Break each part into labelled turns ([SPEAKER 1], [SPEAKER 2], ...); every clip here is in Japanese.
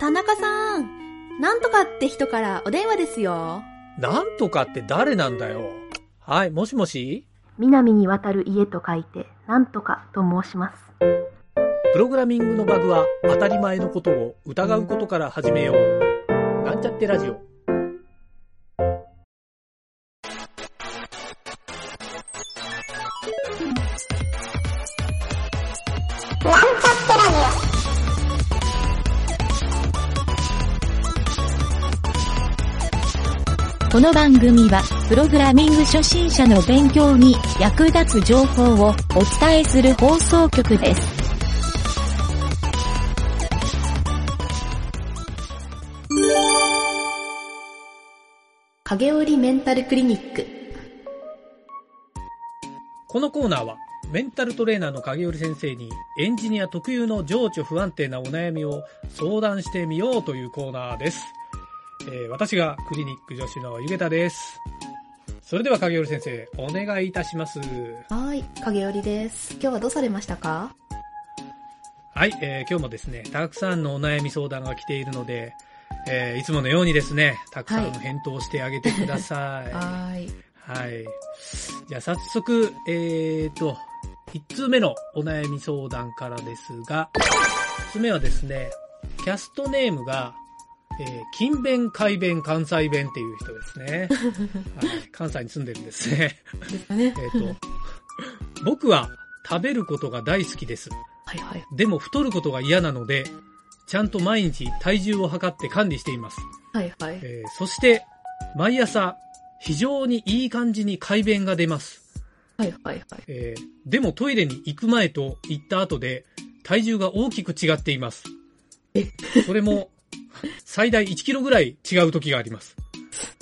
[SPEAKER 1] 田中さん、なんとかって人からお電話ですよ。
[SPEAKER 2] なんとかって誰なんだよ。はい、もしもし
[SPEAKER 3] 南に渡る家と書いて、なんとかと申します。
[SPEAKER 2] プログラミングのバグは当たり前のことを疑うことから始めよう。なんちゃってラジオ。
[SPEAKER 4] この番組は、プログラミング初心者の勉強に役立つ情報をお伝えする放送局です。
[SPEAKER 1] 影織メンタルクリニック。
[SPEAKER 2] このコーナーは、メンタルトレーナーの影織先生にエンジニア特有の情緒不安定なお悩みを相談してみようというコーナーです。えー私がクリニック助手のゆげたです。それでは影織先生、お願いいたします。
[SPEAKER 1] はい、影織です。今日はどうされましたか
[SPEAKER 2] はい、えー今日もですね、たくさんのお悩み相談が来ているので、えーいつものようにですね、たくさんの返答をしてあげてください。は
[SPEAKER 1] はい。
[SPEAKER 2] い。じゃあ早速、えーと、1通目のお悩み相談からですが、1つ目はですね、キャストネームが、えー勤勉、改弁、関西弁っていう人です ね。はい、関西に住んでるんですね。
[SPEAKER 1] ですかね。
[SPEAKER 2] えーと、僕は食べることが大好きです。
[SPEAKER 1] はいはい。
[SPEAKER 2] でも太ることが嫌なので、ちゃんと毎日体重を測って管理しています。
[SPEAKER 1] はいはい。
[SPEAKER 2] えーそして、毎朝、非常にいい感じに改便が出ます。
[SPEAKER 1] はいはいはい。
[SPEAKER 2] えーでもトイレに行く前と行った後で、体重が大きく違っています。
[SPEAKER 1] え
[SPEAKER 2] それも、最大1キロぐらい違う時があります。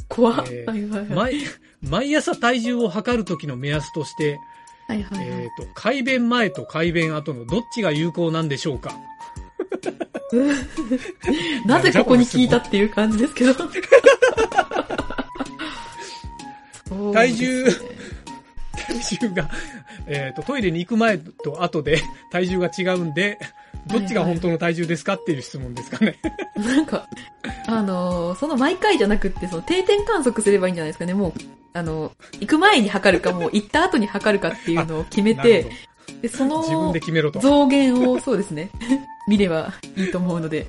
[SPEAKER 1] 怖っ。
[SPEAKER 2] えー
[SPEAKER 1] はいはいはい。
[SPEAKER 2] 毎、毎朝体重を測る時の目安として、
[SPEAKER 1] はいはいはい
[SPEAKER 2] えっ、と、改便前と改便後のどっちが有効なんでしょうか
[SPEAKER 1] なぜここに聞いたっていう感じです けど。そう
[SPEAKER 2] 体重
[SPEAKER 1] ですね
[SPEAKER 2] 体重が、えっ、と、トイレに行く前と後で体重が違うんで、どっちが本当の体重ですかっていう質問ですかね。
[SPEAKER 1] なんか、あのーその毎回じゃなくって、その定点観測すればいいんじゃないですかね。もう、あの、行く前に測るか、もう行った後に測るかっていうのを決め
[SPEAKER 2] な
[SPEAKER 1] て、
[SPEAKER 2] る
[SPEAKER 1] で、そ
[SPEAKER 2] ほど自分
[SPEAKER 1] の
[SPEAKER 2] で決めろと。
[SPEAKER 1] 増減を、そうですね、 見ればいいと思うので、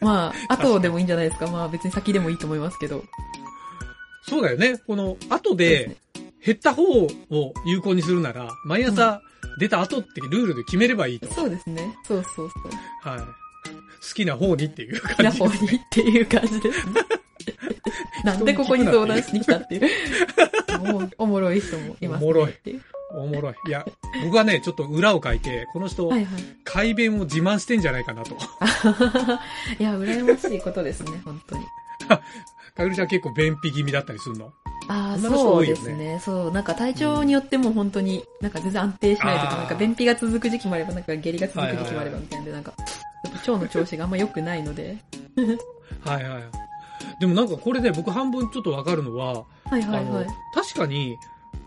[SPEAKER 1] まあ、
[SPEAKER 2] かに
[SPEAKER 1] 後でもいいんじゃないですか。まあ、別に先でもいいと思いますけど。
[SPEAKER 2] そうだよね。この、後で、減った方を有効にするなら、毎朝出た後ってルールで決めればいいと。
[SPEAKER 1] そうですね。そうそうそう。
[SPEAKER 2] はい。好きな方にっていう
[SPEAKER 1] 好き
[SPEAKER 2] 感
[SPEAKER 1] な
[SPEAKER 2] じ。
[SPEAKER 1] 方にっていう感じです ね。なんでここに相談しに来たっていう。もうおもろい人もいます、ね。
[SPEAKER 2] おもろい
[SPEAKER 1] っていう
[SPEAKER 2] おもろい。いや、僕はね、ちょっと裏を書いて、この人、
[SPEAKER 1] はい はい。
[SPEAKER 2] 改便を自慢してんじゃないかなと。
[SPEAKER 1] いや、羨ましいことですね、本当に。
[SPEAKER 2] かぐりちゃん結構便秘気味だったりするの
[SPEAKER 1] ああ、
[SPEAKER 2] 女の人
[SPEAKER 1] そ
[SPEAKER 2] 多
[SPEAKER 1] う
[SPEAKER 2] いよ
[SPEAKER 1] で
[SPEAKER 2] ね
[SPEAKER 1] すね。そう、なんか体調によっても本当に、なんか全然安定しないと
[SPEAKER 2] あ
[SPEAKER 1] か、
[SPEAKER 2] ー
[SPEAKER 1] なんか便秘が続く時期もあれば、なんか下痢が続く時期も
[SPEAKER 2] は
[SPEAKER 1] あ
[SPEAKER 2] いはい
[SPEAKER 1] れ
[SPEAKER 2] は
[SPEAKER 1] ば
[SPEAKER 2] い
[SPEAKER 1] みたいなんで、なんか、ちょっと腸の調子があんま良くないの で。
[SPEAKER 2] はいはい。でもなんかこれね、僕半分ちょっとわかるのは、
[SPEAKER 1] はいはいは
[SPEAKER 2] あ
[SPEAKER 1] い
[SPEAKER 2] の。確かに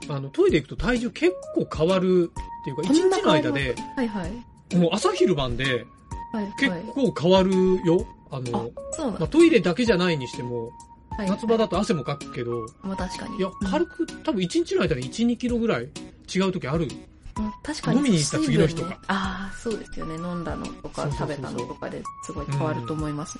[SPEAKER 2] あのトイレ行くと体重結構変わるっていうか
[SPEAKER 1] こんな
[SPEAKER 2] 一日の間で
[SPEAKER 1] はいはい。
[SPEAKER 2] もう朝昼晩で
[SPEAKER 1] はい
[SPEAKER 2] 結
[SPEAKER 1] はい。
[SPEAKER 2] 構変わるよあ
[SPEAKER 1] あ
[SPEAKER 2] の、
[SPEAKER 1] そうなん
[SPEAKER 2] まあ、
[SPEAKER 1] だ。
[SPEAKER 2] トイレだけじゃないにしても
[SPEAKER 1] はい
[SPEAKER 2] 夏場だと汗もかくけど
[SPEAKER 1] まあ確かに。
[SPEAKER 2] いや軽く多分一日の間に1 2キロぐらい違う時ある
[SPEAKER 1] うん確かに。
[SPEAKER 2] 飲みに行った次の日と
[SPEAKER 1] 水分
[SPEAKER 2] か
[SPEAKER 1] ねああ、そうですよね。飲んだのと
[SPEAKER 2] そ
[SPEAKER 1] か
[SPEAKER 2] うそ
[SPEAKER 1] 食
[SPEAKER 2] うそう
[SPEAKER 1] べ
[SPEAKER 2] そう
[SPEAKER 1] たのとかですごい変わると思います。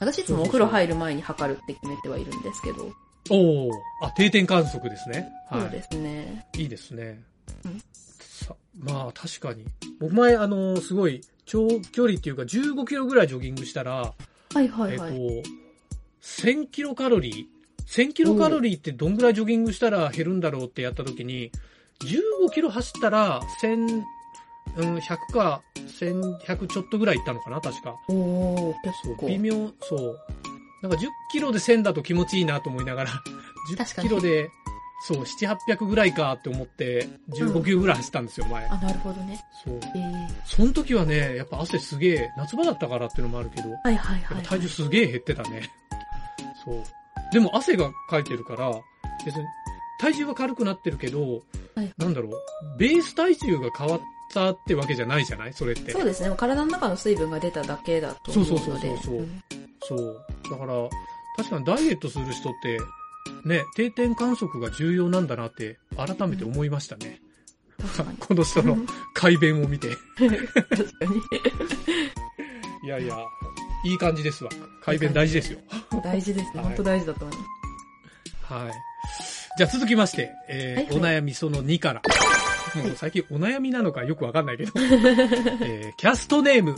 [SPEAKER 1] 私いつもお風呂入る前に測るって決めてはいるんですけど。
[SPEAKER 2] おおあ定点観測ですねは
[SPEAKER 1] そうですね。
[SPEAKER 2] いいいですね、
[SPEAKER 1] うん
[SPEAKER 2] さまあ確かに僕前あのすごい長距離っていうか1 5キロぐらいジョギングしたら
[SPEAKER 1] はいはいはい。
[SPEAKER 2] えっと、1000キロカロリー、1000キロカロリーってどんぐらいジョギングしたら減るんだろうってやった時に、15キロ走ったら1000、うん、100か1100ちょっとぐらいいったのかな、確か。
[SPEAKER 1] おー、
[SPEAKER 2] そう
[SPEAKER 1] 結構。
[SPEAKER 2] 微妙、そう。なんか10キロで1000だと気持ちいいなと思いながら、
[SPEAKER 1] 確
[SPEAKER 2] 10
[SPEAKER 1] かに
[SPEAKER 2] キロで、そう、7、800ぐらいかって思って、15キロぐらい走ったんですよ、前。
[SPEAKER 1] あ、なるほどね。
[SPEAKER 2] そう。
[SPEAKER 1] えー、
[SPEAKER 2] その時はね、やっぱ汗すげえ、夏場だったからっていうのもあるけど、
[SPEAKER 1] はいはい
[SPEAKER 2] やっ
[SPEAKER 1] は
[SPEAKER 2] ぱ
[SPEAKER 1] い。
[SPEAKER 2] 体重すげえ減ってたね。 そう。でも汗がかいてるから、別に体重は軽くなってるけど、
[SPEAKER 1] はい
[SPEAKER 2] なんだろう、ベース体重が変わったってわけじゃないじゃないそれって。
[SPEAKER 1] そうですね。体の中の水分が出ただけだと
[SPEAKER 2] そう
[SPEAKER 1] 思う
[SPEAKER 2] そう
[SPEAKER 1] ので。
[SPEAKER 2] そうそうそう
[SPEAKER 1] うん
[SPEAKER 2] そう。だから、確かにダイエットする人って、ね、定点観測が重要なんだなって、改めて思いましたね。
[SPEAKER 1] 確か に。
[SPEAKER 2] この人の改弁を見て。
[SPEAKER 1] 確かに。
[SPEAKER 2] いやいや、いい感じですわ。改弁大事ですよ。
[SPEAKER 1] 大事ですね。
[SPEAKER 2] はい
[SPEAKER 1] 本当大事だと思いま
[SPEAKER 2] はい。じゃあ続きまして、えー
[SPEAKER 1] はいはい
[SPEAKER 2] お悩みその2から。もう最近お悩みなのかよくわか んないけど。えーキャストネーム、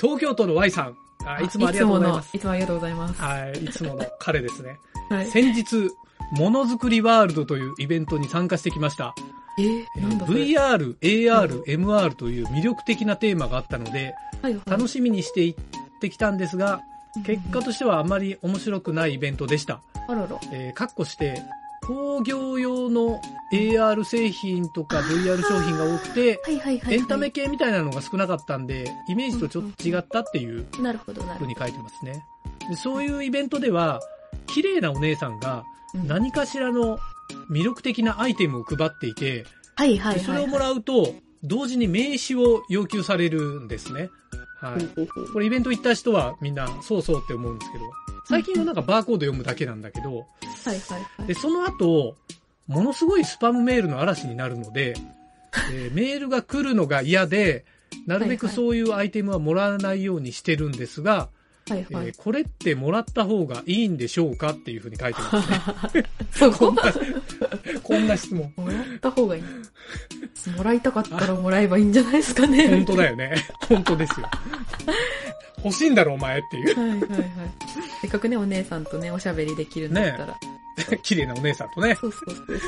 [SPEAKER 2] 東京都の Y さん。あ
[SPEAKER 1] す。
[SPEAKER 2] いつもありがとうございま
[SPEAKER 1] い
[SPEAKER 2] す
[SPEAKER 1] つもの。い。つもありがとうございます。
[SPEAKER 2] はい、いつもの彼ですね。
[SPEAKER 1] はい。
[SPEAKER 2] 先日、ものづくりワールドというイベントに参加してきました。
[SPEAKER 1] えー
[SPEAKER 2] えー
[SPEAKER 1] なんだそれ。
[SPEAKER 2] VR、AR、MR という魅力的なテーマがあったので、
[SPEAKER 1] はいはい
[SPEAKER 2] 楽しみにして行ってきたんですが、結果としてはあまり面白くないイベントでした。
[SPEAKER 1] あらら。
[SPEAKER 2] えー、括弧して、工業用の AR 製品とか VR 商品が多くて、
[SPEAKER 1] はいはいはい。
[SPEAKER 2] エンタメ系みたいなのが少なかったんで、イメージとちょっと違ったっていう
[SPEAKER 1] なるほど、なるほ
[SPEAKER 2] 風に書いてますね。でそういうイベントでは、綺麗なお姉さんが
[SPEAKER 1] ど。うん
[SPEAKER 2] 何かしらの魅力的なアイテムを配っていて、
[SPEAKER 1] はいはいは
[SPEAKER 2] で
[SPEAKER 1] い。
[SPEAKER 2] それをもらうと、同時に名刺を要求されるんですね。はい。これイベント行った人はみんなそうそうって思うんですけど、最近はなんかバーコード読むだけなんだけど、
[SPEAKER 1] はいはいはい。
[SPEAKER 2] で、その後、ものすごいスパムメールの嵐になる ので、えーメールが来るのが嫌で、なるべく
[SPEAKER 1] はいはい
[SPEAKER 2] そういうアイテムはもらわないようにしてるんですが、
[SPEAKER 1] はいはい。
[SPEAKER 2] えーこれってもらった方がいいんでしょうかっていうふうに書いて ますね。
[SPEAKER 1] そこ
[SPEAKER 2] こんな質問。
[SPEAKER 1] もらった方が いい。もらいたかったらもらえばいいんじゃないですか ね。
[SPEAKER 2] 本当だよね。本当ですよ。欲しいんだろ、お前っていう。
[SPEAKER 1] はいはいはい。せっかくね、お姉さんとね、おしゃべりできるんだったら。
[SPEAKER 2] 綺麗なお姉さんとね、
[SPEAKER 1] そうそうそうそう。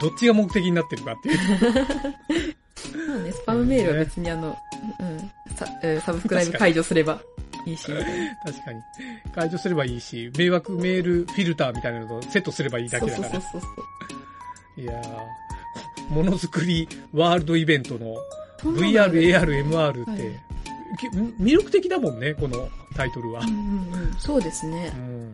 [SPEAKER 2] どっちが目的になってるかっていう。
[SPEAKER 1] まあね、スパムメールは別にあの、うん、サえーサブスクライブ解除すればいいし、みたいな
[SPEAKER 2] 確かに。解除すればいいし、迷惑メールフィルターみたいなのとセットすればいいだ
[SPEAKER 1] そ
[SPEAKER 2] け
[SPEAKER 1] う
[SPEAKER 2] だ
[SPEAKER 1] そ
[SPEAKER 2] か
[SPEAKER 1] う
[SPEAKER 2] ら
[SPEAKER 1] そ。うそう。
[SPEAKER 2] いやーものづくりワールドイベントの
[SPEAKER 1] そんなの
[SPEAKER 2] VR、AR、MR って、
[SPEAKER 1] はい
[SPEAKER 2] き魅力的だもんね、このタイトルは
[SPEAKER 1] う。んうんうん、そうですね
[SPEAKER 2] う。ん、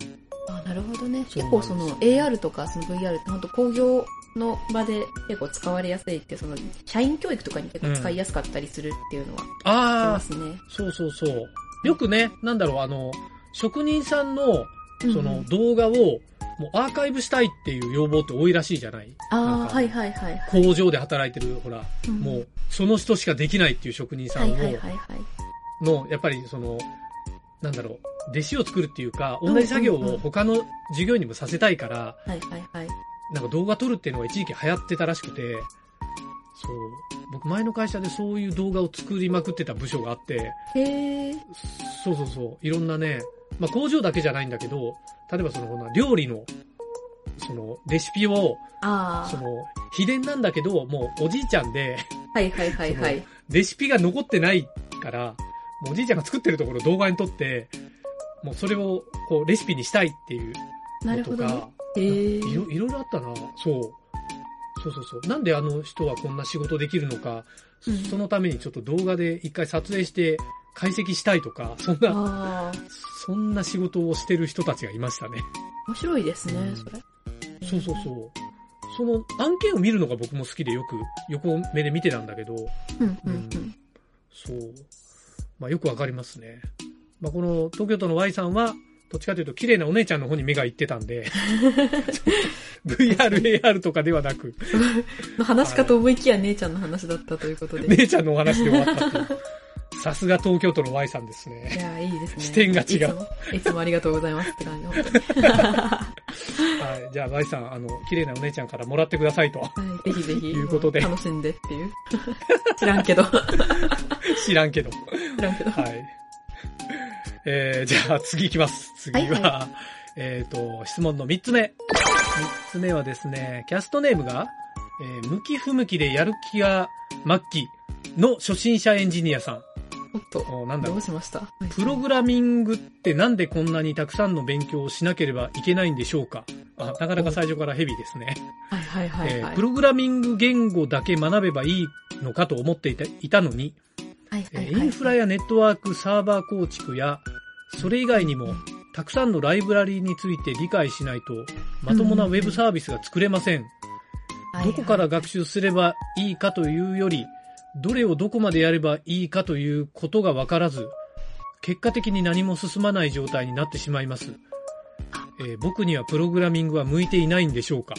[SPEAKER 1] あなるほどね。
[SPEAKER 2] そう
[SPEAKER 1] 結
[SPEAKER 2] なん
[SPEAKER 1] 構
[SPEAKER 2] です
[SPEAKER 1] その AR とかその VR って本当工業の場で結構使われやすいって、その社員教育とかに結構使いやすかったりするっていうのはありま
[SPEAKER 2] ああ、
[SPEAKER 1] すね。
[SPEAKER 2] そうそうそう。よくね、なんだろう、あの、職人さんの
[SPEAKER 1] うん
[SPEAKER 2] そ
[SPEAKER 1] うん
[SPEAKER 2] の動画をもうアーカイブしたいっていう要望って多いらしいじゃないなん
[SPEAKER 1] ああ、
[SPEAKER 2] か
[SPEAKER 1] はいはいはい。
[SPEAKER 2] 工場で働いてる、ほら、
[SPEAKER 1] うん
[SPEAKER 2] もうその人しかできないっていう職人さ
[SPEAKER 1] は
[SPEAKER 2] ん
[SPEAKER 1] い
[SPEAKER 2] を、
[SPEAKER 1] はいはいはい。
[SPEAKER 2] の、やっぱりその、なんだろう、弟子を作るっていうか、
[SPEAKER 1] うん
[SPEAKER 2] 同じ作業
[SPEAKER 1] うんう
[SPEAKER 2] を
[SPEAKER 1] ん
[SPEAKER 2] 他の授業にもさせたいから、
[SPEAKER 1] はいはいはい。
[SPEAKER 2] なんか動画撮るっていうのが一時期流行ってたらしくて、そう。僕前の会社でそういう動画を作りまくってた部署があって、
[SPEAKER 1] へー
[SPEAKER 2] そうそうそう、いろんなね、まあ工場だけじゃないんだけど、例えばそのほな料理の、そのレシピを、
[SPEAKER 1] あ
[SPEAKER 2] その秘伝なんだけど、もうおじいちゃんで、
[SPEAKER 1] あ、はいはいはいはい。
[SPEAKER 2] レシピが残ってないから、もうおじいちゃんが作ってるところを動画に撮って、もうそれをこうレシピにしたいっていう
[SPEAKER 1] な
[SPEAKER 2] の
[SPEAKER 1] る
[SPEAKER 2] と
[SPEAKER 1] ほ
[SPEAKER 2] か、
[SPEAKER 1] どね。へ
[SPEAKER 2] い
[SPEAKER 1] ー
[SPEAKER 2] ろいろいろあったな。そう。そうそうそう。なんであの人はこんな仕事できるのか、
[SPEAKER 1] うん
[SPEAKER 2] そのためにちょっと動画で一回撮影して解析したいとか、そんな、
[SPEAKER 1] ああ、
[SPEAKER 2] そんな仕事をしてる人たちがいましたね。
[SPEAKER 1] 面白いです
[SPEAKER 2] う
[SPEAKER 1] ね、
[SPEAKER 2] ん
[SPEAKER 1] それ。
[SPEAKER 2] そうそうそう。その案件を見るのが僕も好きでよく横目で見てたんだけど、
[SPEAKER 1] うんうんうん。
[SPEAKER 2] そう。まあよくわかりますね。まあこの東京都の Y さんは、どっちかというと綺麗なお姉ちゃんの方に目が行ってたん で、VR、AR とかではなく、
[SPEAKER 1] の話かと思いきや姉ちゃんの話だったということで。
[SPEAKER 2] 姉ちゃんのお話で終わったっていう。さすが東京都の Y さんですね。
[SPEAKER 1] いや、いいですね。
[SPEAKER 2] 視点が違う
[SPEAKER 1] いつも。いつもありがとうございますって感じ、本当に。
[SPEAKER 2] はい。じゃあ Y さん、あの、綺麗なお姉ちゃんからもらってくださいと。
[SPEAKER 1] はい、ぜひぜひ。
[SPEAKER 2] いうことで
[SPEAKER 1] 楽しんでっていう。知らんけど。
[SPEAKER 2] 知らんけど。
[SPEAKER 1] 知らんけど。
[SPEAKER 2] はい。えー、じゃあ次行きます。次
[SPEAKER 1] は
[SPEAKER 2] は、
[SPEAKER 1] いは
[SPEAKER 2] えっ、と、質問の3つ目。3つ目はですね、キャストネームが、えー向き不向きでやる気が末期の初心者エンジニアさん。
[SPEAKER 1] おっと。
[SPEAKER 2] おなんだ
[SPEAKER 1] ど
[SPEAKER 2] ろ
[SPEAKER 1] う
[SPEAKER 2] う。
[SPEAKER 1] しました
[SPEAKER 2] プログラミングってなんでこんなにたくさんの勉強をしなければいけないんでしょうかあ、なかなか最初からヘビーですね。
[SPEAKER 1] はいはいはい
[SPEAKER 2] え
[SPEAKER 1] は
[SPEAKER 2] ー
[SPEAKER 1] い。
[SPEAKER 2] プログラミング言語だけ学べばいいのかと思っていたいたのに、
[SPEAKER 1] はい
[SPEAKER 2] え
[SPEAKER 1] は
[SPEAKER 2] ー
[SPEAKER 1] いはい。
[SPEAKER 2] インフラやネットワーク、サーバー構築や、それ以外にも、たくさんのライブラリについて理解しないと、まともなウェブサービスが作れません。
[SPEAKER 1] はいは
[SPEAKER 2] ど
[SPEAKER 1] い
[SPEAKER 2] こから学習すればいいかというより、どれをどこまでやればいいかということがわからず、結果的に何も進まない状態になってしまいます。えー僕にはプログラミングは向いていないんでしょうか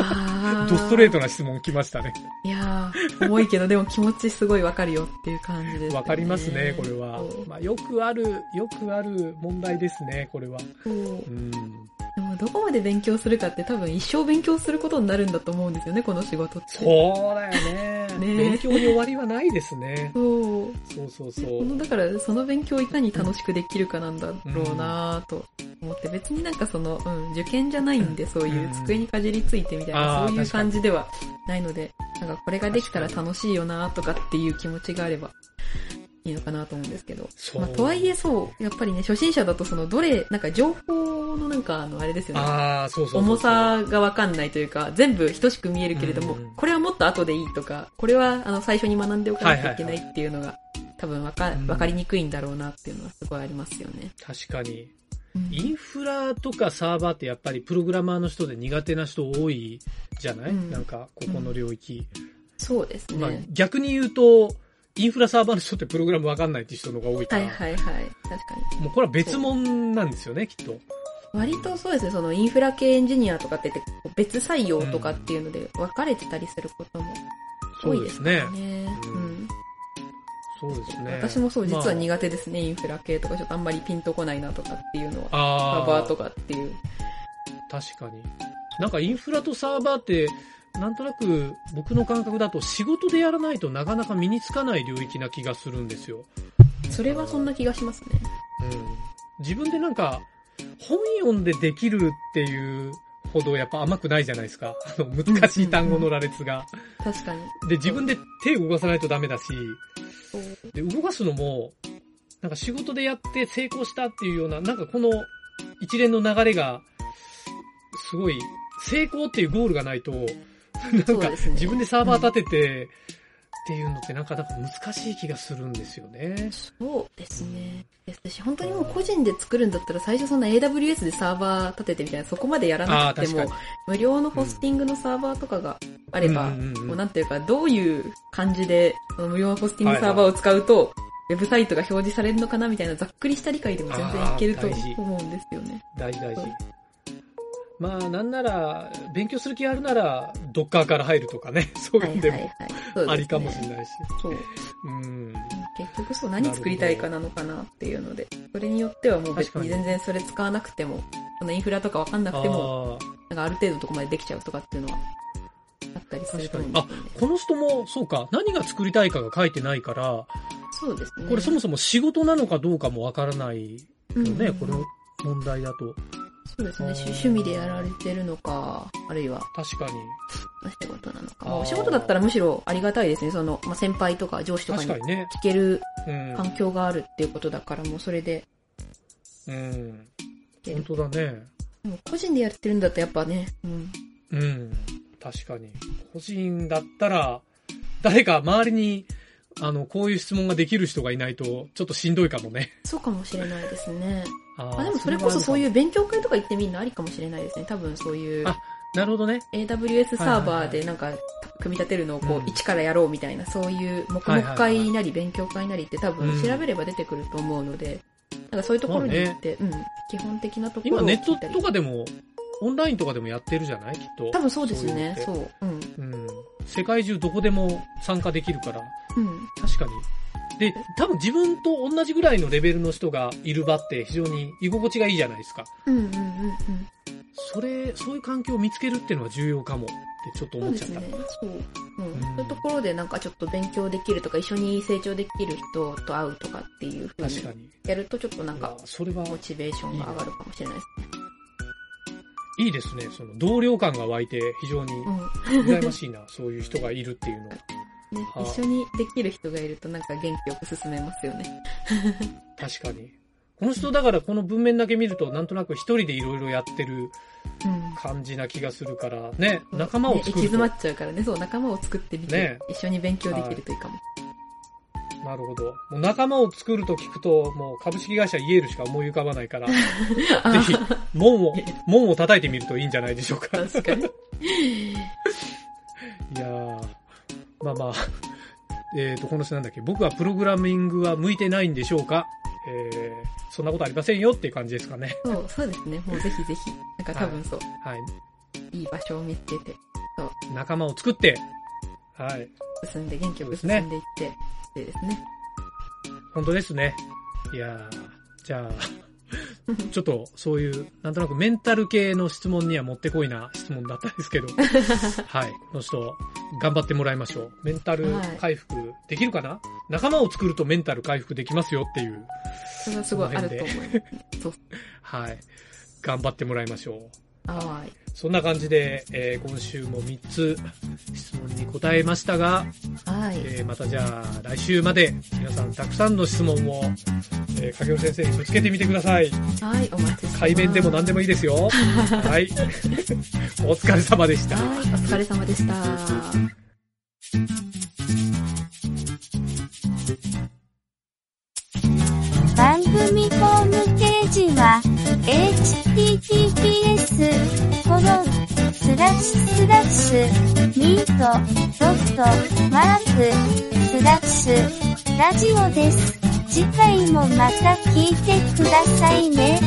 [SPEAKER 1] あ
[SPEAKER 2] ドストレー
[SPEAKER 1] ト。
[SPEAKER 2] トな質問来ましたね。
[SPEAKER 1] いやー、重いけど、でも気持ちすごいわかるよっていう感じです、
[SPEAKER 2] わかりますね、これは
[SPEAKER 1] そ。う
[SPEAKER 2] まあ、よくある、よくある問題ですね、これは。
[SPEAKER 1] そう
[SPEAKER 2] うん。
[SPEAKER 1] でもどこまで勉強するかって多分一生勉強することになるんだと思うんですよね、この仕事って。
[SPEAKER 2] そうだよね。
[SPEAKER 1] ね
[SPEAKER 2] 勉強に終わりはないですね。
[SPEAKER 1] そう。
[SPEAKER 2] そうそうそ
[SPEAKER 1] この
[SPEAKER 2] う。
[SPEAKER 1] だからその勉強をいかに楽しくできるかなんだろうなぁと思って、別になんかその、うん、受験じゃないんで、そういう
[SPEAKER 2] うん
[SPEAKER 1] 机にかじりついてみたいな、
[SPEAKER 2] あー
[SPEAKER 1] そういう
[SPEAKER 2] 確かに
[SPEAKER 1] 感じではないので、なんかこれができたら楽しいよなぁとかっていう気持ちがあればいいのかなと思うんですけど。
[SPEAKER 2] そう
[SPEAKER 1] まあ、とはいえそう、やっぱりね、初心者だとそのどれ、なんか情報のなんかあの、あれですよね。
[SPEAKER 2] ああ、そうそうそうそう
[SPEAKER 1] 重さがわかんないというか、全部等しく見えるけれども、
[SPEAKER 2] うん
[SPEAKER 1] これはもっと後でいいとか、これはあの最初に学んでおかなきゃいけない
[SPEAKER 2] はい
[SPEAKER 1] っていうのが、多分わか
[SPEAKER 2] うん
[SPEAKER 1] わかりにくいんだろうなっていうのはすごいありますよね。
[SPEAKER 2] 確かに。
[SPEAKER 1] うん
[SPEAKER 2] インフラとかサーバーってやっぱりプログラマーの人で苦手な人多いじゃない、
[SPEAKER 1] うん
[SPEAKER 2] なんか、ここの領域。
[SPEAKER 1] そうですね。
[SPEAKER 2] まあ、逆に言うと、インフラサーバーの人ってプログラムわかんないって人の方が多いか
[SPEAKER 1] は
[SPEAKER 2] ら、
[SPEAKER 1] いはいはい。確かに。
[SPEAKER 2] もうこれは別物なんですよね、きっと。
[SPEAKER 1] 割とそうですね、そのインフラ系エンジニアとかって言って、こう別採用とかっていうので分かれてたりすることも多いです
[SPEAKER 2] ね
[SPEAKER 1] ね。
[SPEAKER 2] う
[SPEAKER 1] うんん
[SPEAKER 2] そうですね。
[SPEAKER 1] 私もそう、実は
[SPEAKER 2] ま
[SPEAKER 1] 苦手ですね、インフラ系とか、ちょっとあんまりピンとこないなとかっていうのは。
[SPEAKER 2] あ、
[SPEAKER 1] カ
[SPEAKER 2] あー
[SPEAKER 1] バーとかっていう。
[SPEAKER 2] 確かに。なんかインフラとサーバーって、なんとなく僕の感覚だと仕事でやらないとなかなか身につかない領域な気がするんですよ。
[SPEAKER 1] それはそんな気がしますね。
[SPEAKER 2] うん。自分でなんか本読んでできるっていうほどやっぱ甘くないじゃないですか。あの、難しい単語の羅列が。
[SPEAKER 1] 確かに。
[SPEAKER 2] で、自分で手動かさないとダメだし、
[SPEAKER 1] そう
[SPEAKER 2] で、動かすのも、なんか仕事でやって成功したっていうような、なんかこの一連の流れが、すごい、成功っていうゴールがないと、な
[SPEAKER 1] そ
[SPEAKER 2] ん
[SPEAKER 1] う
[SPEAKER 2] か
[SPEAKER 1] ですね
[SPEAKER 2] 自分でサーバー立てて、っていうのってなんかなんか難しい気がするんですよね。
[SPEAKER 1] そうですね。ですし、本当にもう個人で作るんだったら、最初そんな AWS でサーバー立ててみたいな、そこまでやらなくて
[SPEAKER 2] あー
[SPEAKER 1] も
[SPEAKER 2] 確、
[SPEAKER 1] 無料のホスティングのサーバーとかがあれば、
[SPEAKER 2] うんうんうん
[SPEAKER 1] もうなんていうか、どういう感じで、その無料のホスティングサーバーを使うと、ウェブサイトが表示されるのかなみたいな、ざっくりした理解でも全然いけると
[SPEAKER 2] あー大事
[SPEAKER 1] 思うんですよね。
[SPEAKER 2] 大事大
[SPEAKER 1] そ
[SPEAKER 2] 事
[SPEAKER 1] う。
[SPEAKER 2] まあ、なんなら、勉強する気あるなら、ドッカーから入るとかね、そういうのでも、
[SPEAKER 1] そうですね
[SPEAKER 2] ありかもしれないし。
[SPEAKER 1] そう。
[SPEAKER 2] うん。
[SPEAKER 1] 結局そう何作りたいかなのかなっていうので、それによってはもう別
[SPEAKER 2] 確か
[SPEAKER 1] に全
[SPEAKER 2] に
[SPEAKER 1] 然それ使わなくても、そのインフラとかわかんなくても、
[SPEAKER 2] あー
[SPEAKER 1] なんかある程度のとこまでできちゃうとかっていうのはあったりすると思うんですよね。
[SPEAKER 2] この人も、そうか、何が作りたいかが書いてないから、
[SPEAKER 1] そうですね。
[SPEAKER 2] これそもそも仕事なのかどうかもわからない
[SPEAKER 1] うん
[SPEAKER 2] よね、この問題だと。
[SPEAKER 1] そうですね。趣趣味でやられてるのか、あるいは
[SPEAKER 2] 確かに。
[SPEAKER 1] お仕事なのか。
[SPEAKER 2] あー
[SPEAKER 1] まあお仕事だったらむしろありがたいですね。その、まあ、先輩とか上司とか
[SPEAKER 2] 確
[SPEAKER 1] に
[SPEAKER 2] か
[SPEAKER 1] 聞
[SPEAKER 2] にね。
[SPEAKER 1] ける
[SPEAKER 2] うん。
[SPEAKER 1] 環境があるっていうことだから、もうそれで
[SPEAKER 2] うん。
[SPEAKER 1] 聞け
[SPEAKER 2] 本
[SPEAKER 1] る。
[SPEAKER 2] 当だね。
[SPEAKER 1] でも個人でやってるんだったらやっぱね、うん。
[SPEAKER 2] うん。確かに。個人だったら、誰か周りに、あの、こういう質問ができる人がいないと、ちょっとしんどいかもね。
[SPEAKER 1] そうかもしれないですね。
[SPEAKER 2] あ
[SPEAKER 1] ま
[SPEAKER 2] ー。
[SPEAKER 1] あでもそれこそそういうう勉強会とか行ってみるのありかもしれないですね。多分そういう
[SPEAKER 2] あなるほどね。
[SPEAKER 1] AWS サーバー
[SPEAKER 2] はいはいは
[SPEAKER 1] で
[SPEAKER 2] い
[SPEAKER 1] なんか組み立てるのをこ
[SPEAKER 2] う
[SPEAKER 1] う
[SPEAKER 2] ん
[SPEAKER 1] 一からやろうみたいな、そういう黙々会なり勉強会なりって多
[SPEAKER 2] う
[SPEAKER 1] 分
[SPEAKER 2] ん
[SPEAKER 1] 調べれば出てくると思うので、なんかそういうところに行って、うん、基本的なところを
[SPEAKER 2] 今ネ
[SPEAKER 1] 聞
[SPEAKER 2] ット
[SPEAKER 1] いたり
[SPEAKER 2] と。かでも、オンラインとかでもやってるじゃないきっと。
[SPEAKER 1] 多分そうです
[SPEAKER 2] いうのっ
[SPEAKER 1] ね
[SPEAKER 2] て。
[SPEAKER 1] そう。うん。
[SPEAKER 2] うん。世界中どこでも参加できるから、
[SPEAKER 1] うん。
[SPEAKER 2] 確かに。で、多分自分と同じぐらいのレベルの人がいる場って非常に居心地がいいじゃないですか。
[SPEAKER 1] うんうんうんうん。
[SPEAKER 2] それ、そういう環境を見つけるっていうのは重要かもってちょっと
[SPEAKER 1] そ
[SPEAKER 2] 思
[SPEAKER 1] う
[SPEAKER 2] っ
[SPEAKER 1] で
[SPEAKER 2] ちゃっ
[SPEAKER 1] す
[SPEAKER 2] た。
[SPEAKER 1] ね。そう。うん。
[SPEAKER 2] うん
[SPEAKER 1] そういうところでなんかちょっと勉強できるとか、一緒に成長できる人と会うとかっていう風
[SPEAKER 2] 確
[SPEAKER 1] に
[SPEAKER 2] かに。
[SPEAKER 1] やるとちょっとなん
[SPEAKER 2] う
[SPEAKER 1] か
[SPEAKER 2] わそれは
[SPEAKER 1] モチベーションが上がるかもしれないですね。
[SPEAKER 2] いいですね。その同僚感が湧いて非常に
[SPEAKER 1] うん。
[SPEAKER 2] 羨ましいな。 そういう人がいるっていうの。
[SPEAKER 1] ね
[SPEAKER 2] は、い
[SPEAKER 1] 一緒にできる人がいるとなんか元気よく進めますよね。
[SPEAKER 2] 確かに。この人だからこの文面だけ見るとなんとなく一人でいろいろやってる
[SPEAKER 1] うん。
[SPEAKER 2] 感じな気がするから、ね、仲間を
[SPEAKER 1] ね行き
[SPEAKER 2] 作ると
[SPEAKER 1] 詰まっちゃうからね、そう、仲間を作ってみて、
[SPEAKER 2] ね
[SPEAKER 1] 一緒に勉強できるといいかも。
[SPEAKER 2] なるほど。もう仲間を作ると聞くと、もう株式会社イエールしか思い浮かばないから、ぜ
[SPEAKER 1] あ
[SPEAKER 2] ひ、門を
[SPEAKER 1] いえいえ、
[SPEAKER 2] 門を叩いてみるといいんじゃないでしょうか。い
[SPEAKER 1] 確かに。
[SPEAKER 2] やー、まあまあ、えっ、と、この人なんだっけ、僕はプログラミングは向いてないんでしょうかえーそんなことありませんよっていう感じですかね。
[SPEAKER 1] そう、そうですね。もうぜひぜひ。なんか多分そう、
[SPEAKER 2] はい。
[SPEAKER 1] いい場所を見つけて、
[SPEAKER 2] 仲間を作って、はい。
[SPEAKER 1] 進んで、元気よく
[SPEAKER 2] そ
[SPEAKER 1] 進
[SPEAKER 2] うですね
[SPEAKER 1] んでいって、でですね。
[SPEAKER 2] 本当ですね。いやーじゃあ、 ちょっとそういう、なんとなくメンタル系の質問にはもってこいな質問だったんですけど、はい。この人、頑張ってもらいましょう。メンタル回復できるかな、仲間を作るとメンタル回復できますよっていう、
[SPEAKER 1] それはすごいあると思います。
[SPEAKER 2] はい。頑張ってもらいましょう。
[SPEAKER 1] はーい。
[SPEAKER 2] そんな感じで、えー今週も3つ質問に答えましたが、
[SPEAKER 1] はい。
[SPEAKER 2] えーまたじゃあ来週まで皆さんたくさんの質問を、えー、影尾先生にぶつけてみてください。
[SPEAKER 1] はい、お待ちしてます。
[SPEAKER 2] 対面でも何でもいいですよ。はい。お疲れ様でした。
[SPEAKER 1] はい、お疲れ様でした。
[SPEAKER 5] 番組ホームページは、https, コロン、スラッシュスラッシュ、ミート、ドット、マーク、スラッシュ、ラジオです。次回もまた聞いてくださいね。